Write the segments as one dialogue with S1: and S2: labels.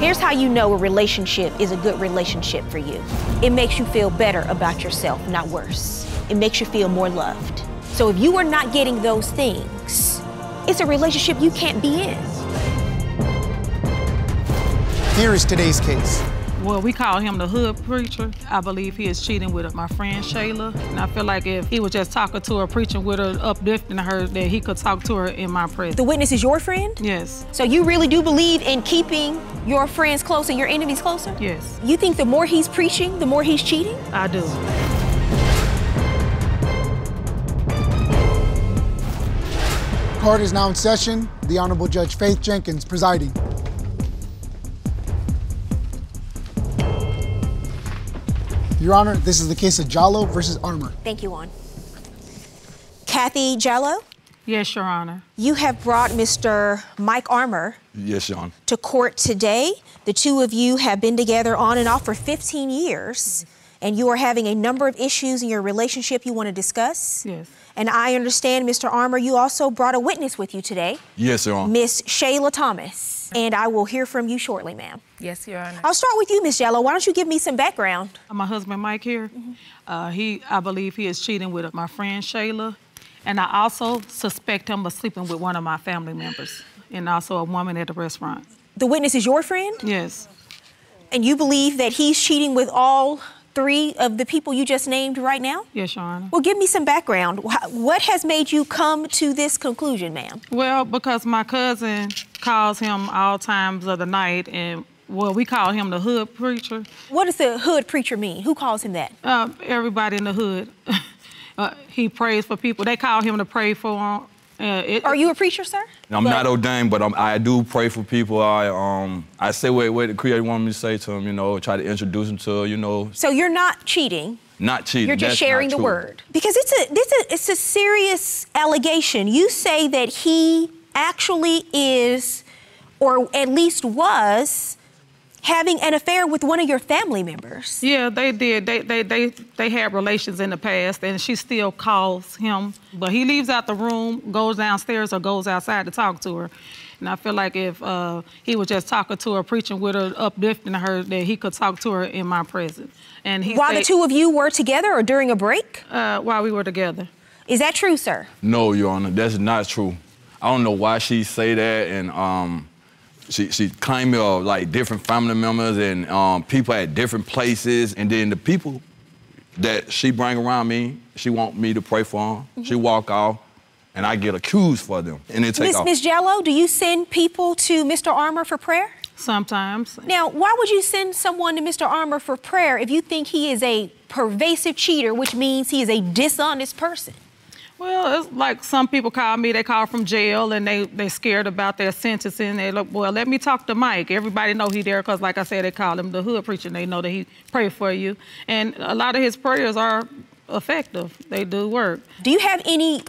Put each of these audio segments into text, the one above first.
S1: Here's how you know a relationship is a good relationship for you it makes you feel better about yourself, not worse. It makes you feel more loved. So if you are not getting those things, it's a relationship you can't be in.
S2: Here is today's case.
S3: Well, we call him the hood preacher. I believe he is cheating with my friend Shayla. And I feel like if he was just talking to her, preaching with her, uplifting her, that he could talk to her in my presence.
S1: The witness is your friend?
S3: Yes.
S1: So you really do believe in keeping your friends close and your enemies closer?
S3: Yes.
S1: You think the more he's preaching, the more he's cheating?
S3: I do.
S2: Court is now in session. The Honorable Judge Faith Jenkins presiding. Your Honor, this is the case of Jallo versus Armour.
S1: Thank you, Juan. Kathy Jello,
S3: Yes, Your Honor.
S1: you have brought Mr. Mike Armour
S4: Yes, Your Honor.
S1: to court today. The two of you have been together on and off for 15 years, and you are having a number of issues in your relationship you want to discuss.
S3: Yes.
S1: And I understand, Mr. Armour, you also brought a witness with you today,
S4: Yes, Your Honor.
S1: Miss Shayla Thomas. And I will hear from you shortly, ma'am.
S5: Yes, Your Honor.
S1: I'll start with you, Miss Jello. Why don't you give me some background?
S3: Uh, My husband Mike here. Uh, he, I believe, he is cheating with my friend Shayla, and I also suspect him of sleeping with one of my family members, and also a woman at the restaurant.
S1: The witness is your friend,
S3: Yes.
S1: and you believe that he's cheating with all three of the people you just named right now?
S3: Yes, Your Honor.
S1: Well, give me some background. Wh- What has made you come to this conclusion, ma'am?
S3: Well, because my cousin calls him all times of the night, and well, we call him the hood preacher.
S1: What does the hood preacher mean? Who calls him that?
S3: Uh, everybody in the hood, uh, he prays for people. They call him to pray for 'em. Uh, it,
S1: Are you a preacher, sir?
S4: I'm not ordained, but I'm, I do pray for people. I um I say what, what the Creator wanted me to say to them, you know, try to introduce them to, you know,
S1: So you're not cheating.
S4: not cheating.
S1: You're just
S4: That's not
S1: sharing the
S4: true.
S1: word. Because it's a, this a, it's a serious allegation. You say that he actually is, or at least was, having an affair with one of your family members.
S3: Yeah, they did. They, they they they had relations in the past, and she still calls him. But he leaves out the room, goes downstairs, or goes outside to talk to her. And I feel like if uh, he was just talking to her, preaching with her, uplifting her, that he could talk to her in my presence. And he
S1: While the
S3: said-
S1: two of you were together or during a break?
S3: uh, while we were together.
S1: Is that true, sir?
S4: No, Your Honor, that's not true. I don't know why she say that, and um, she she claimed uh, like different family members and um, people at different places, and then the people that she bring around me, she want me to pray for them. She walk off, and I get accused for them, and they take
S1: Mm-hmm. Miss,
S4: off.
S1: Miss Jello, do you send people to Mr. Armour for prayer?
S3: Sometimes
S1: Now, why would you send someone to Mr. Armour for prayer if you think he is a pervasive cheater, which means he is a dishonest person?
S3: Well, it's like some people call me, they call from jail and they they scared about their sentencing. They look, well, let me talk to Mike. Everybody know he there because, like I said, they call him the hood preacher. and They know that he pray for you. And a lot of his prayers are effective. They do work.
S1: Do you have any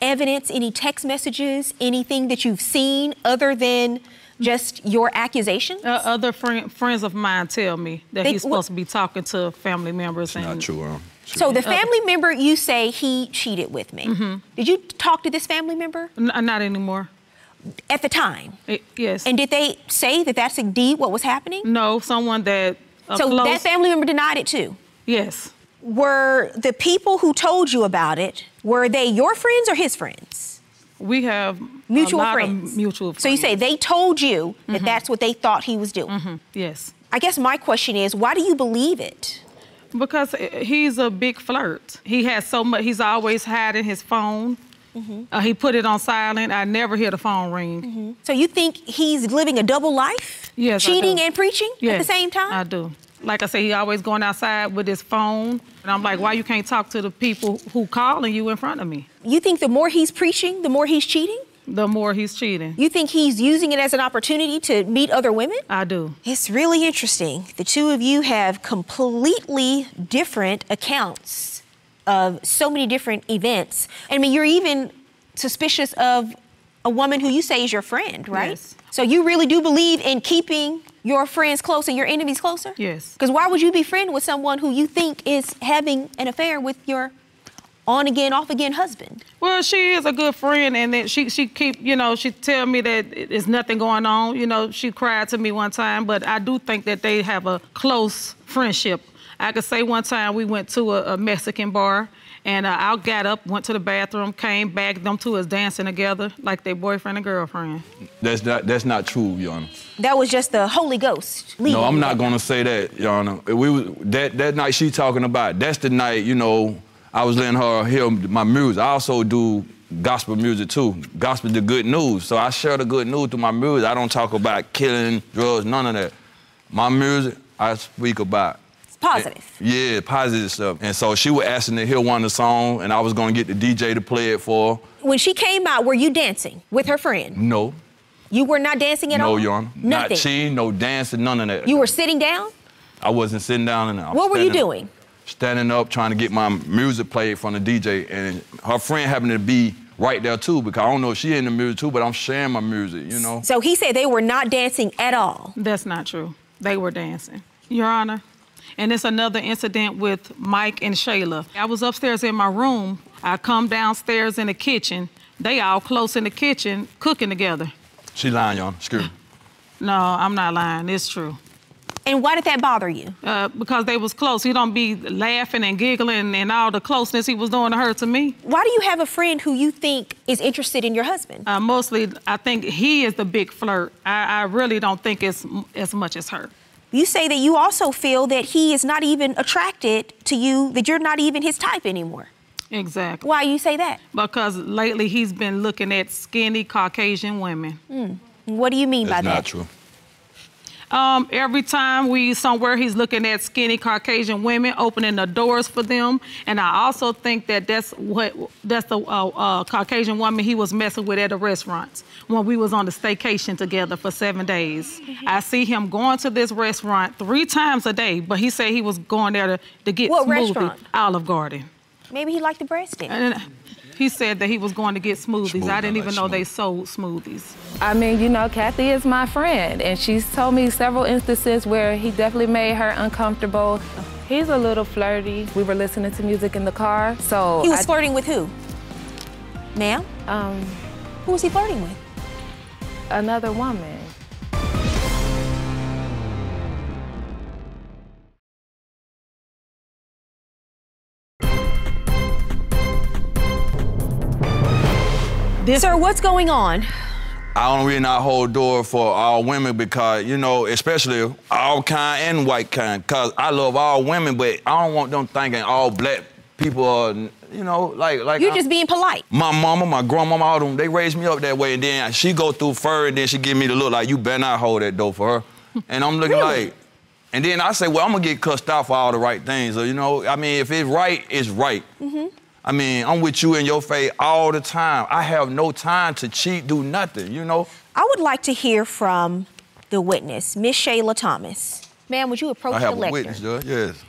S1: evidence, any text messages, anything that you've seen other than just your accusations?
S3: Uh, other friend, friends of mine tell me that
S1: They-
S3: he's supposed to be talking to family members. and
S4: Not true, um, Your Honor.
S1: so
S3: uh,
S1: the family member you say he cheated with me.
S3: Mm-hmm.
S1: Did you talk to this family member
S3: N- not anymore.
S1: at the time?
S3: It- yes.
S1: And did they say that that's indeed what was happening?
S3: no, someone that. Mm, a
S1: so that
S3: close-
S1: family member denied it too.
S3: Yes.
S1: Were the people who told you about it, were they your friends or his friends?
S3: We have
S1: Mutual
S3: a lot
S1: friends.
S3: Of mutual Mm-hmm. friends.
S1: So you say they told you that that's what they thought he was doing.
S3: Mm-hmm. Yes.
S1: I guess my question is, why do you believe it?
S3: Because eh, he's a big flirt. He has so much. He's always hiding his phone.
S1: Mm-hmm.
S3: Uh, he put it on silent. I never hear the phone ring.
S1: So you think he's living a double life?
S3: Yes, I
S1: Cheating
S3: do.
S1: and preaching at the
S3: Yes,
S1: same time?
S3: I do. Like I said, he always going outside with his phone, and I'm like, why you can't talk to the people who calling you in front of me?
S1: You think the more he's preaching, the more he's cheating?
S3: The more he's cheating,
S1: You think he's using it as an opportunity to meet other women?
S3: I do.
S1: It's really interesting. The two of you have completely different accounts of so many different events. I mean, you're even suspicious of a woman who you say is your friend, right?
S3: Yes.
S1: So you really do believe in keeping your friends close and your enemies closer?
S3: Yes.
S1: Because why would you be friend with someone who you think is having an affair with your on again, off again husband.
S3: Well, she is a good friend, and that she she keep you know she tell me that it- it's nothing going on. You know, she cried to me one time, but I do think that they have a close friendship. I could say one time we went to a, a Mexican bar, and uh, I got up, went to the bathroom, came back. Them two is dancing together like they boyfriend and girlfriend.
S4: That's not that's not true, Your Honor.
S1: That was just the Holy Ghost. leading
S4: No, I'm
S1: you.
S4: not gonna say that, Your Honor. We was, that that night she talking about. That's the night you know I was letting her hear my music. I also do gospel music too. Gospel the good news. So I share the good news through my music. I don't talk about killing, drugs, none of that. My music, I speak about.
S1: It's positive.
S4: Yeah, positive stuff. And so she was asking to hear one of the songs, and I was gonna get the DJ to play it for her.
S1: When she came out, were you dancing with her friend?
S4: No,
S1: You were not dancing at
S4: no,
S1: all?
S4: Your Honor. Not
S1: Nothing.
S4: cheating, no dancing, none of that.
S1: you were sitting down?
S4: I wasn't sitting down and I was
S1: What were you
S4: standing-
S1: doing?
S4: Standing up, trying to get my music played from the DJ, and her friend happened to be right there too, because I don't know if she in the music too, but I'm sharing my music, you know.
S1: So he said they were not dancing at all.
S3: That's not true. They were dancing. Your Honor, and it's another incident with Mike and Shayla. I was upstairs in my room. I come downstairs in the kitchen. They all close in the kitchen cooking together.
S4: She lying, y'all. Excuse me.
S3: No, I'm not lying. It's true.
S1: And why did that bother you?
S3: Uh, because they was close. He don't be laughing and giggling and all the closeness he was doing to her to me.
S1: Why do you have a friend who you think is interested in your husband?
S3: Uh, mostly, I think he is the big flirt. I, I really don't think it's m- as much as her.
S1: You say that you also feel that he is not even attracted to you, that you're not even his type anymore.
S3: Exactly.
S1: Why you say that?
S3: Because lately he's been looking at skinny Caucasian women.
S1: What do you mean by
S4: That's
S1: that?
S4: not true.
S3: Um, every time we somewhere, he's looking at skinny Caucasian women, opening the doors for them. And I also think that that's what that's the uh, uh, Caucasian woman he was messing with at the restaurants when we was on the staycation together for seven days.
S1: Mm-hmm.
S3: I see him going to this restaurant three times a day, but he said he was going there to, to get
S1: What
S3: smoothie,
S1: restaurant?
S3: Olive Garden.
S1: Maybe he liked the breast in.
S3: And he said that he was going to get smoothies.
S4: Smoothie, I
S3: I didn't
S4: like
S3: even know they
S4: smoothie.
S3: sold smoothies.
S5: I mean, you know, Kathy is my friend, and she's told me several instances where he definitely made her uncomfortable. He's a little flirty. We were listening to music in the car, so
S1: He was
S5: I-
S1: flirting with who? Ma'am?
S5: um,
S1: Who was he flirting with?
S5: another woman.
S3: This
S1: Sir, what's going on?
S4: I don't really not hold door for all women because you know, especially all kind and white kind. Cause I love all women, but I don't want them thinking all black people are, you know, like like.
S1: You're
S4: I'm-
S1: just being polite.
S4: my mama, my grandmama, all them, they raised me up that way. And then she go through fur and then she give me the look like, you better not hold that door for her. And I'm looking
S1: Really?
S4: like, and then I say, well, I'm gonna get cussed out for all the right things. So, you know, I mean, if it's right, it's right.
S1: Mm-hmm.
S4: I mean, I'm with you in your face all the time. I have no time to cheat, do nothing, you know?
S1: I would like to hear from the witness, Miss Shayla Thomas. Ma'am, would you approach
S4: I have
S1: the
S4: a
S1: lectern?
S4: witness, Judge. Yes.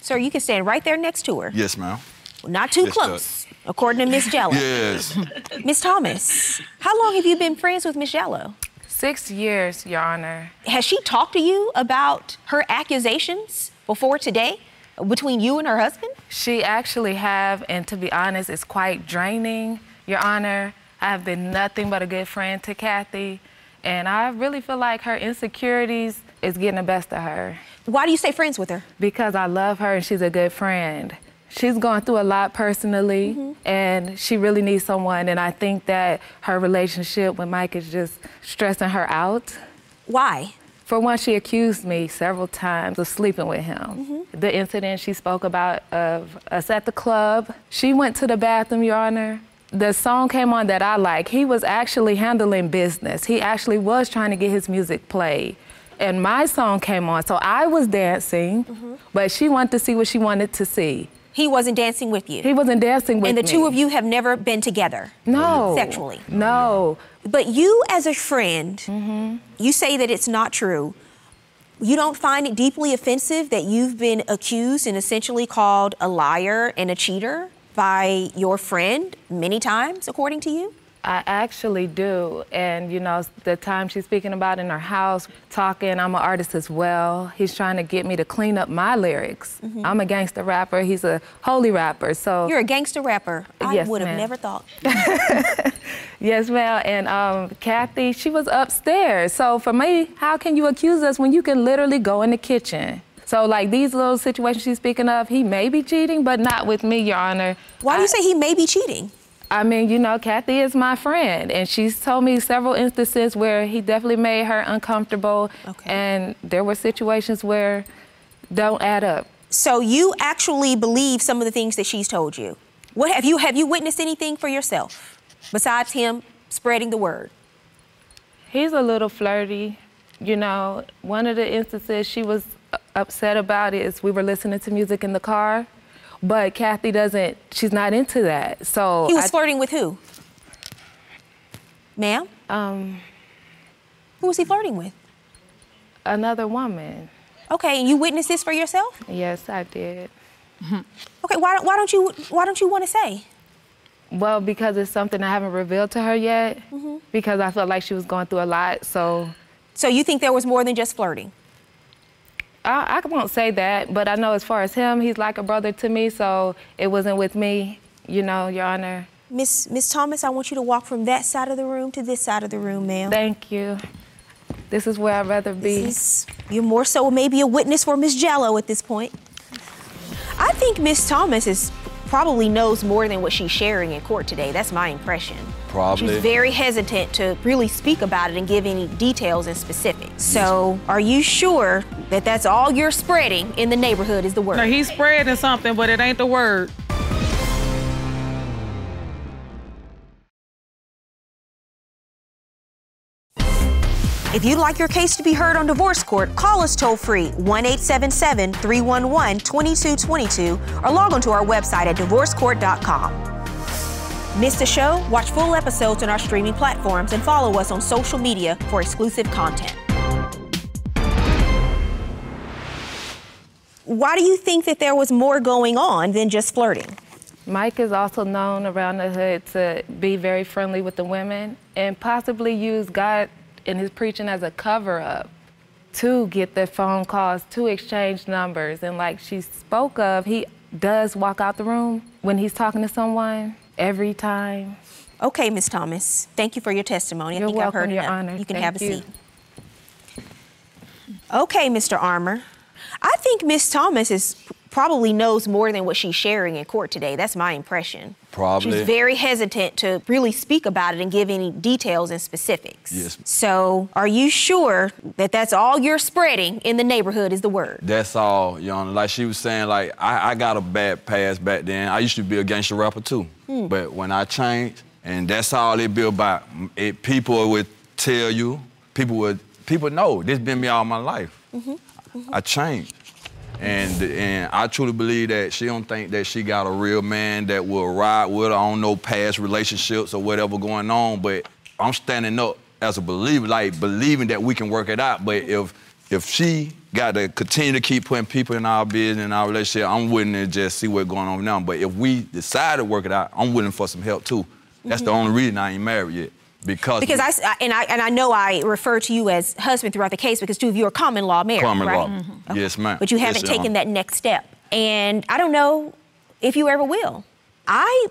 S1: Sir, you can stand right there next to her.
S4: Yes, ma'am.
S1: Not too
S4: Yes,
S1: close, according to Miss Jello.
S4: Yes.
S1: Miss Thomas, how long have you been friends with Miss Jello?
S5: Six years, Your Honor.
S1: Has she talked to you about her accusations before today between you and her husband?
S5: She actually have, and to be honest, it's quite draining, Your Honor. I have been nothing but a good friend to Kathy, and I really feel like her insecurities is getting the best of her.
S1: Why do you stay friends with her?
S5: because I love her and she's a good friend. She's going through a lot personally and she really needs someone and I think that her relationship with Mike is just stressing her out.
S1: Why?
S5: For one, she accused me several times of sleeping with him.
S1: Mm-hmm.
S5: The incident she spoke about of us at the club. She went to the bathroom, Your Honor. The song came on that I like. He was actually handling business. He actually was trying to get his music played. And my song came on, so I was dancing,
S1: Mm-hmm.
S5: but she wanted to see what she wanted to see.
S1: He wasn't dancing with you.
S5: He wasn't dancing with
S1: and the
S5: me.
S1: two of you have never been together.
S5: no
S1: Sexually.
S5: No,
S1: But you, as a friend,
S5: Mm-hmm.
S1: you say that it's not true. You don't find it deeply offensive that you've been accused and essentially called a liar and a cheater by your friend many times, according to you?
S5: I actually do. And, you know, the time she's speaking about in her house, talking, I'm an artist as well. He's trying to get me to clean up my lyrics. I'm a gangster rapper, he's a holy rapper. So,
S1: You're a gangster rapper. I
S5: Yes,
S1: would have
S5: ma'am.
S1: never thought.
S5: yes, ma'am. And um, Kathy, she was upstairs. So, for me, how can you accuse us when you can literally go in the kitchen? So, like these little situations she's speaking of, he may be cheating, but not with me, Your Honor.
S1: Why do
S5: I-
S1: you say he may be cheating?
S5: I mean, you know, Kathy is my friend, and she's told me several instances where he definitely made her uncomfortable,
S1: Okay.
S5: and there were situations where don't add up.
S1: So you actually believe some of the things that she's told you. What have you have you witnessed anything for yourself besides him spreading the word?
S5: He's a little flirty, you know. One of the instances she was u- upset about is we were listening to music in the car, but Kathy doesn't. She's not into that. So
S1: He was
S5: I-
S1: flirting with who? Ma'am?
S5: um,
S1: Who was he flirting with?
S5: another woman.
S1: Okay, and you witnessed this for yourself?
S5: Yes, I did.
S1: Okay, why, don't- why don't you why don't you want to say?
S5: Well, because it's something I haven't revealed to her yet,
S1: Mm-hmm.
S5: because I felt like she was going through a lot. So
S1: So you think there was more than just flirting?
S5: I, I won't say that, but I know as far as him, he's like a brother to me. So it wasn't with me, you know, Your Honor.
S1: Miss Miss Thomas, I want you to walk from that side of the room to this side of the room, ma'am.
S5: Thank you. This is where I'd rather be.
S1: This- You're more so maybe a witness for Miss Jallo at this point. I think Miss Thomas is probably knows more than what she's sharing in court today. That's my impression.
S4: Probably.
S1: She's very hesitant to really speak about it and give any details and specifics. So, are you sure that that's all you're spreading in the neighborhood is the word?
S3: Now, he's spreading something, but it ain't the word.
S1: If you'd like your case to be heard on divorce court, call us toll free 1 877 311 2222 or log on to our website at divorcecourt.com. Miss the show? Watch full episodes on our streaming platforms and follow us on social media for exclusive content. Why do you think that there was more going on than just flirting?
S5: Mike is also known around the hood to be very friendly with the women and possibly use God in his preaching as a cover up to get the phone calls, to exchange numbers. And like she spoke of, he does walk out the room when he's talking to someone every time.
S1: Okay, Miss Thomas, thank you for your testimony. I
S5: You're
S1: think I've heard
S5: welcome, Your
S1: enough.
S5: Honor.
S1: You can
S5: Thank
S1: have a
S5: you.
S1: seat. Okay, Mr. Armour. I think Miss Thomas is probably knows more than what she's sharing in court today. That's my impression.
S4: Probably.
S1: She's very hesitant to really speak about it and give any details and specifics.
S4: Yes.
S1: So, are you sure that that's all you're spreading in the neighborhood is the word?
S4: That's all, you know. Like she was saying, like I, I got a bad pass back then. I used to be a gangster rapper too, but when I changed, and that's all it be about. It, people would tell you, people would, people know this been me all my life. I changed, and and I truly believe that she don't think that she got a real man that will ride with her on no past relationships or whatever going on. But I'm standing up as a believer, like believing that we can work it out. But if if she got to continue to keep putting people in our business and our relationship, I'm willing to just see what's going on now. But if we decide to work it out, I'm willing for some help too. That's the only reason I ain't married yet.
S1: Mm-hmm.
S4: Because,
S1: Because I, s- I- and I and I know I refer to you as husband throughout the case because two of you are common law married,
S4: common
S1: right? Mm-hmm.
S4: law. Mm-hmm. Yes, ma'am.
S1: but you
S4: Yes,
S1: haven't
S4: Your
S1: taken
S4: Honor.
S1: that next step. And I don't know if you ever will. I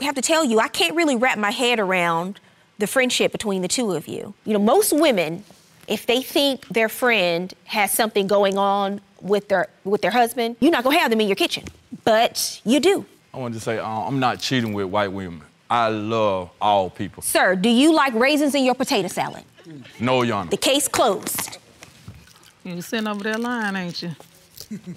S1: have to tell you, I can't really wrap my head around the friendship between the two of you. You know, most women, if they think their friend has something going on with their with their husband, you're not gonna have them in your kitchen. But you do.
S4: I wanted to say uh, I'm not cheating with white women. I love all people.
S1: Sir, do you like raisins in your potato salad?
S4: No, Your Honor.
S1: The case closed.
S3: You sitting over there lying, ain't you?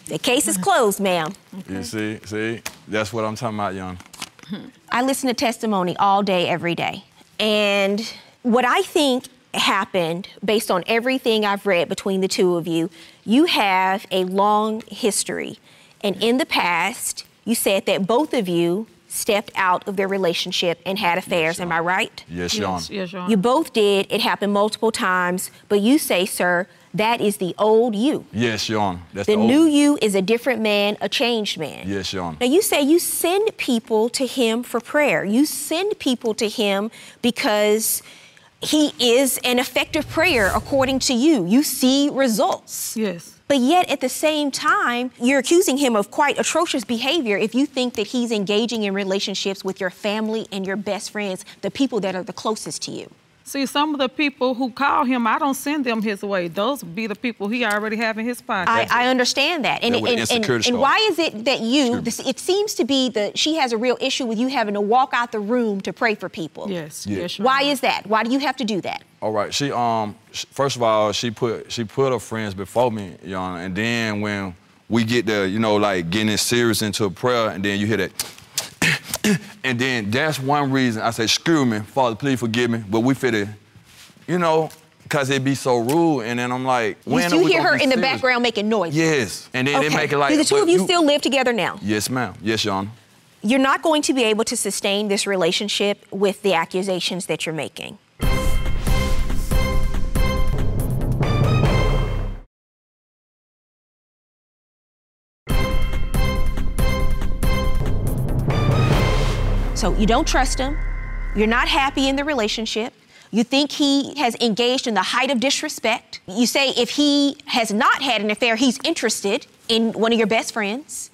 S1: The case is closed, ma'am.
S4: You see, see, that's what I'm talking about, Your Honor.
S1: I listen to testimony all day, every day. And what I think happened, based on everything I've read between the two of you, you have a long history. And in the past, you said that both of you stepped out of their relationship and had affairs. Am I right?
S4: Yes, Your Honor.
S3: Yes, yes, Your Honor.
S1: You both did. It happened multiple times. But you say, sir, That is the old you.
S4: Yes, Your Honor. That's
S1: The
S4: the, old-
S1: new you is a different man, a changed man.
S4: Yes, Your Honor.
S1: Now you say you send people to him for prayer. You send people to him because he is an effective prayer according to you. You see results.
S3: Yes.
S1: But yet, at the same time, you're accusing him of quite atrocious behavior if you think that he's engaging in relationships with your family and your best friends, the people that are the closest to you.
S3: See, some of the people who call him, I don't send them his way. Those be the people he already have in his pocket.
S1: I, I understand that. And,
S4: That would
S1: and, and,
S4: insecure the
S1: and
S4: soul.
S1: why is it that you, this, it seems to be that she has a real issue with you having to walk out the room to pray for people.
S3: yes.
S4: Yeah.
S3: Yes. Your
S1: Why
S3: Honor.
S1: is that? Why do you have to do that?
S4: All right. She um sh- first of all she put she put her friends before me, Your Honor, and then when we get the you know like getting serious into prayer, and then you hear that. And then that's one reason I say, screw me, Father, please forgive me. But we fitted, you know, because it be so rude. And then I'm like, when are
S1: you
S4: we
S1: hear
S4: gonna
S1: her
S4: be
S1: in the
S4: serious?
S1: background making noise.
S4: Yes. And then
S1: Okay.
S4: they make it like.
S1: Do the two
S4: but
S1: of you, still live together now?
S4: Yes, ma'am. Yes, Your Honor.
S1: You're not going to be able to sustain this relationship with the accusations that you're making. So you don't trust him. You're not happy in the relationship. You think he has engaged in the height of disrespect. You say if he has not had an affair, he's interested in one of your best friends.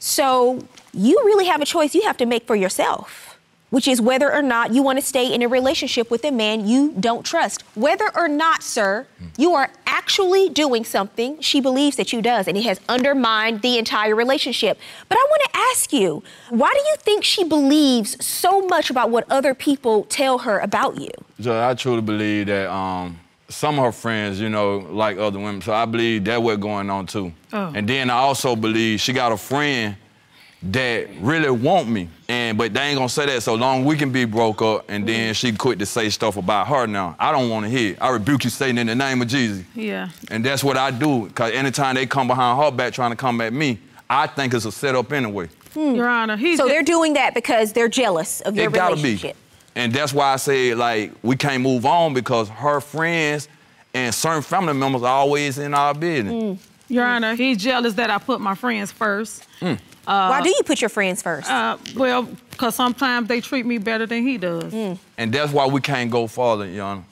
S1: So you really have a choice you have to make for yourself, which is whether or not you want to stay in a relationship with a man you don't trust. Whether or not, sir,
S4: Hmm.
S1: you are actually doing something she believes that you does, and it has undermined the entire relationship. But I want to ask you, why do you think she believes so much about what other people tell her about you?
S4: So I truly believe that um, some of her friends, you know, like other women. So I believe that what going on too.
S3: Oh.
S4: And then I also believe she got a friend that really want me, and but they ain't gonna say that so long we can be broke up. And
S3: Mm.
S4: then she quit to say stuff about her now. I don't want to hear. it. I rebuke you, Satan, in the name of Jesus.
S3: Yeah.
S4: And that's what I do. Cause anytime they come behind her back trying to come at me, I think it's a setup anyway.
S3: Your Honor, he
S1: Hmm. So
S3: ju-
S1: they're doing that because they're jealous of your
S4: it gotta be.
S1: relationship.
S4: And that's why I say like we can't move on because her friends and certain family members are always in our business.
S3: Your Honor, he's jealous that I put my friends first.
S1: why do you put your friends first?
S3: Uh, well, because sometimes they treat me better than he
S1: Hmm.
S3: does.
S4: And that's why we can't go farther, you know.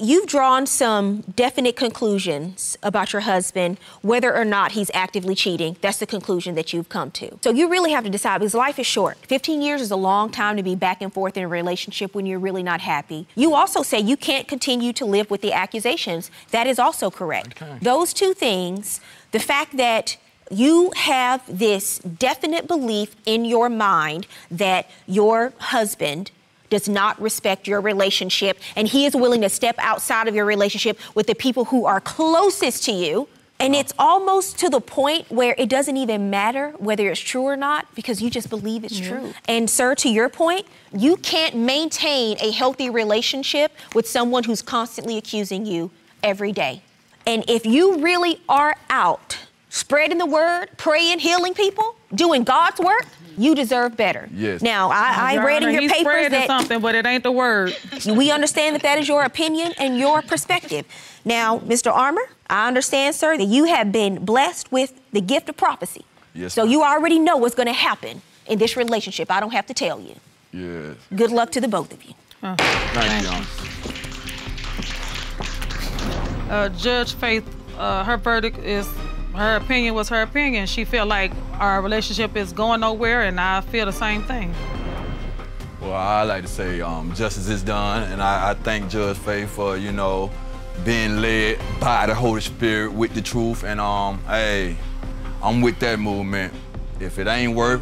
S1: You've drawn some definite conclusions about your husband, whether or not he's actively cheating. That's the conclusion that you've come to. So you really have to decide because life is short. 15 years is a long time to be back and forth in a relationship when you're really not happy. You also say you can't continue to live with the accusations. That is also correct.
S4: Okay.
S1: Those two things, the fact that you have this definite belief in your mind that your husband does not respect your relationship and he is willing to step outside of your relationship with the people who are closest to you. And it's almost to the point where it doesn't even matter whether it's true or not because you just believe it's true. And, sir, to your point, you can't maintain a healthy relationship with someone who's constantly accusing you every day. And if you really are out spreading the word, praying, healing people, doing God's work, you deserve better.
S4: Yes.
S1: Now, I, I
S3: Your
S1: read in
S3: Honor,
S1: your
S3: he's
S1: papers
S3: spreading
S1: that
S3: something, but it ain't the word.
S1: we understand that that is your opinion and your perspective. Now, Mr. Armour, I understand, sir, that you have been blessed with the gift of prophecy.
S4: Yes,
S1: So
S4: ma'am.
S1: you already know what's going to happen in this relationship. I don't have to tell you.
S4: Yes.
S1: Good luck to the both of you.
S4: Thank you, Your Honor.
S3: uh, Judge Faith, uh, her verdict is, her opinion was her opinion. She felt like our relationship is going nowhere, and I feel the same thing.
S4: Well, I like to say um, justice is done, and I, I thank Judge Faith for you know being led by the Holy Spirit with the truth. And um, hey, I'm with that movement. If it ain't work,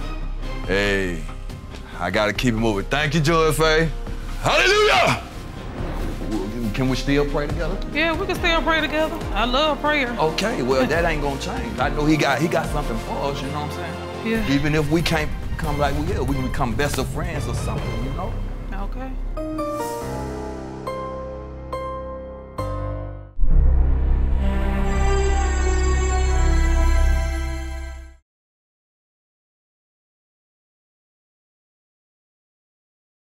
S4: hey, I gotta keep it moving. Thank you, Judge Faith. Hallelujah. W- Can we still pray together?
S3: Yeah, we can still pray together. I love prayer.
S4: Okay, well that ain't gonna change. I know he got he got something for us. You know what I'm saying?
S3: Yeah.
S4: Even if we can't come like we are, we can become best of friends or something. You know.
S3: Okay.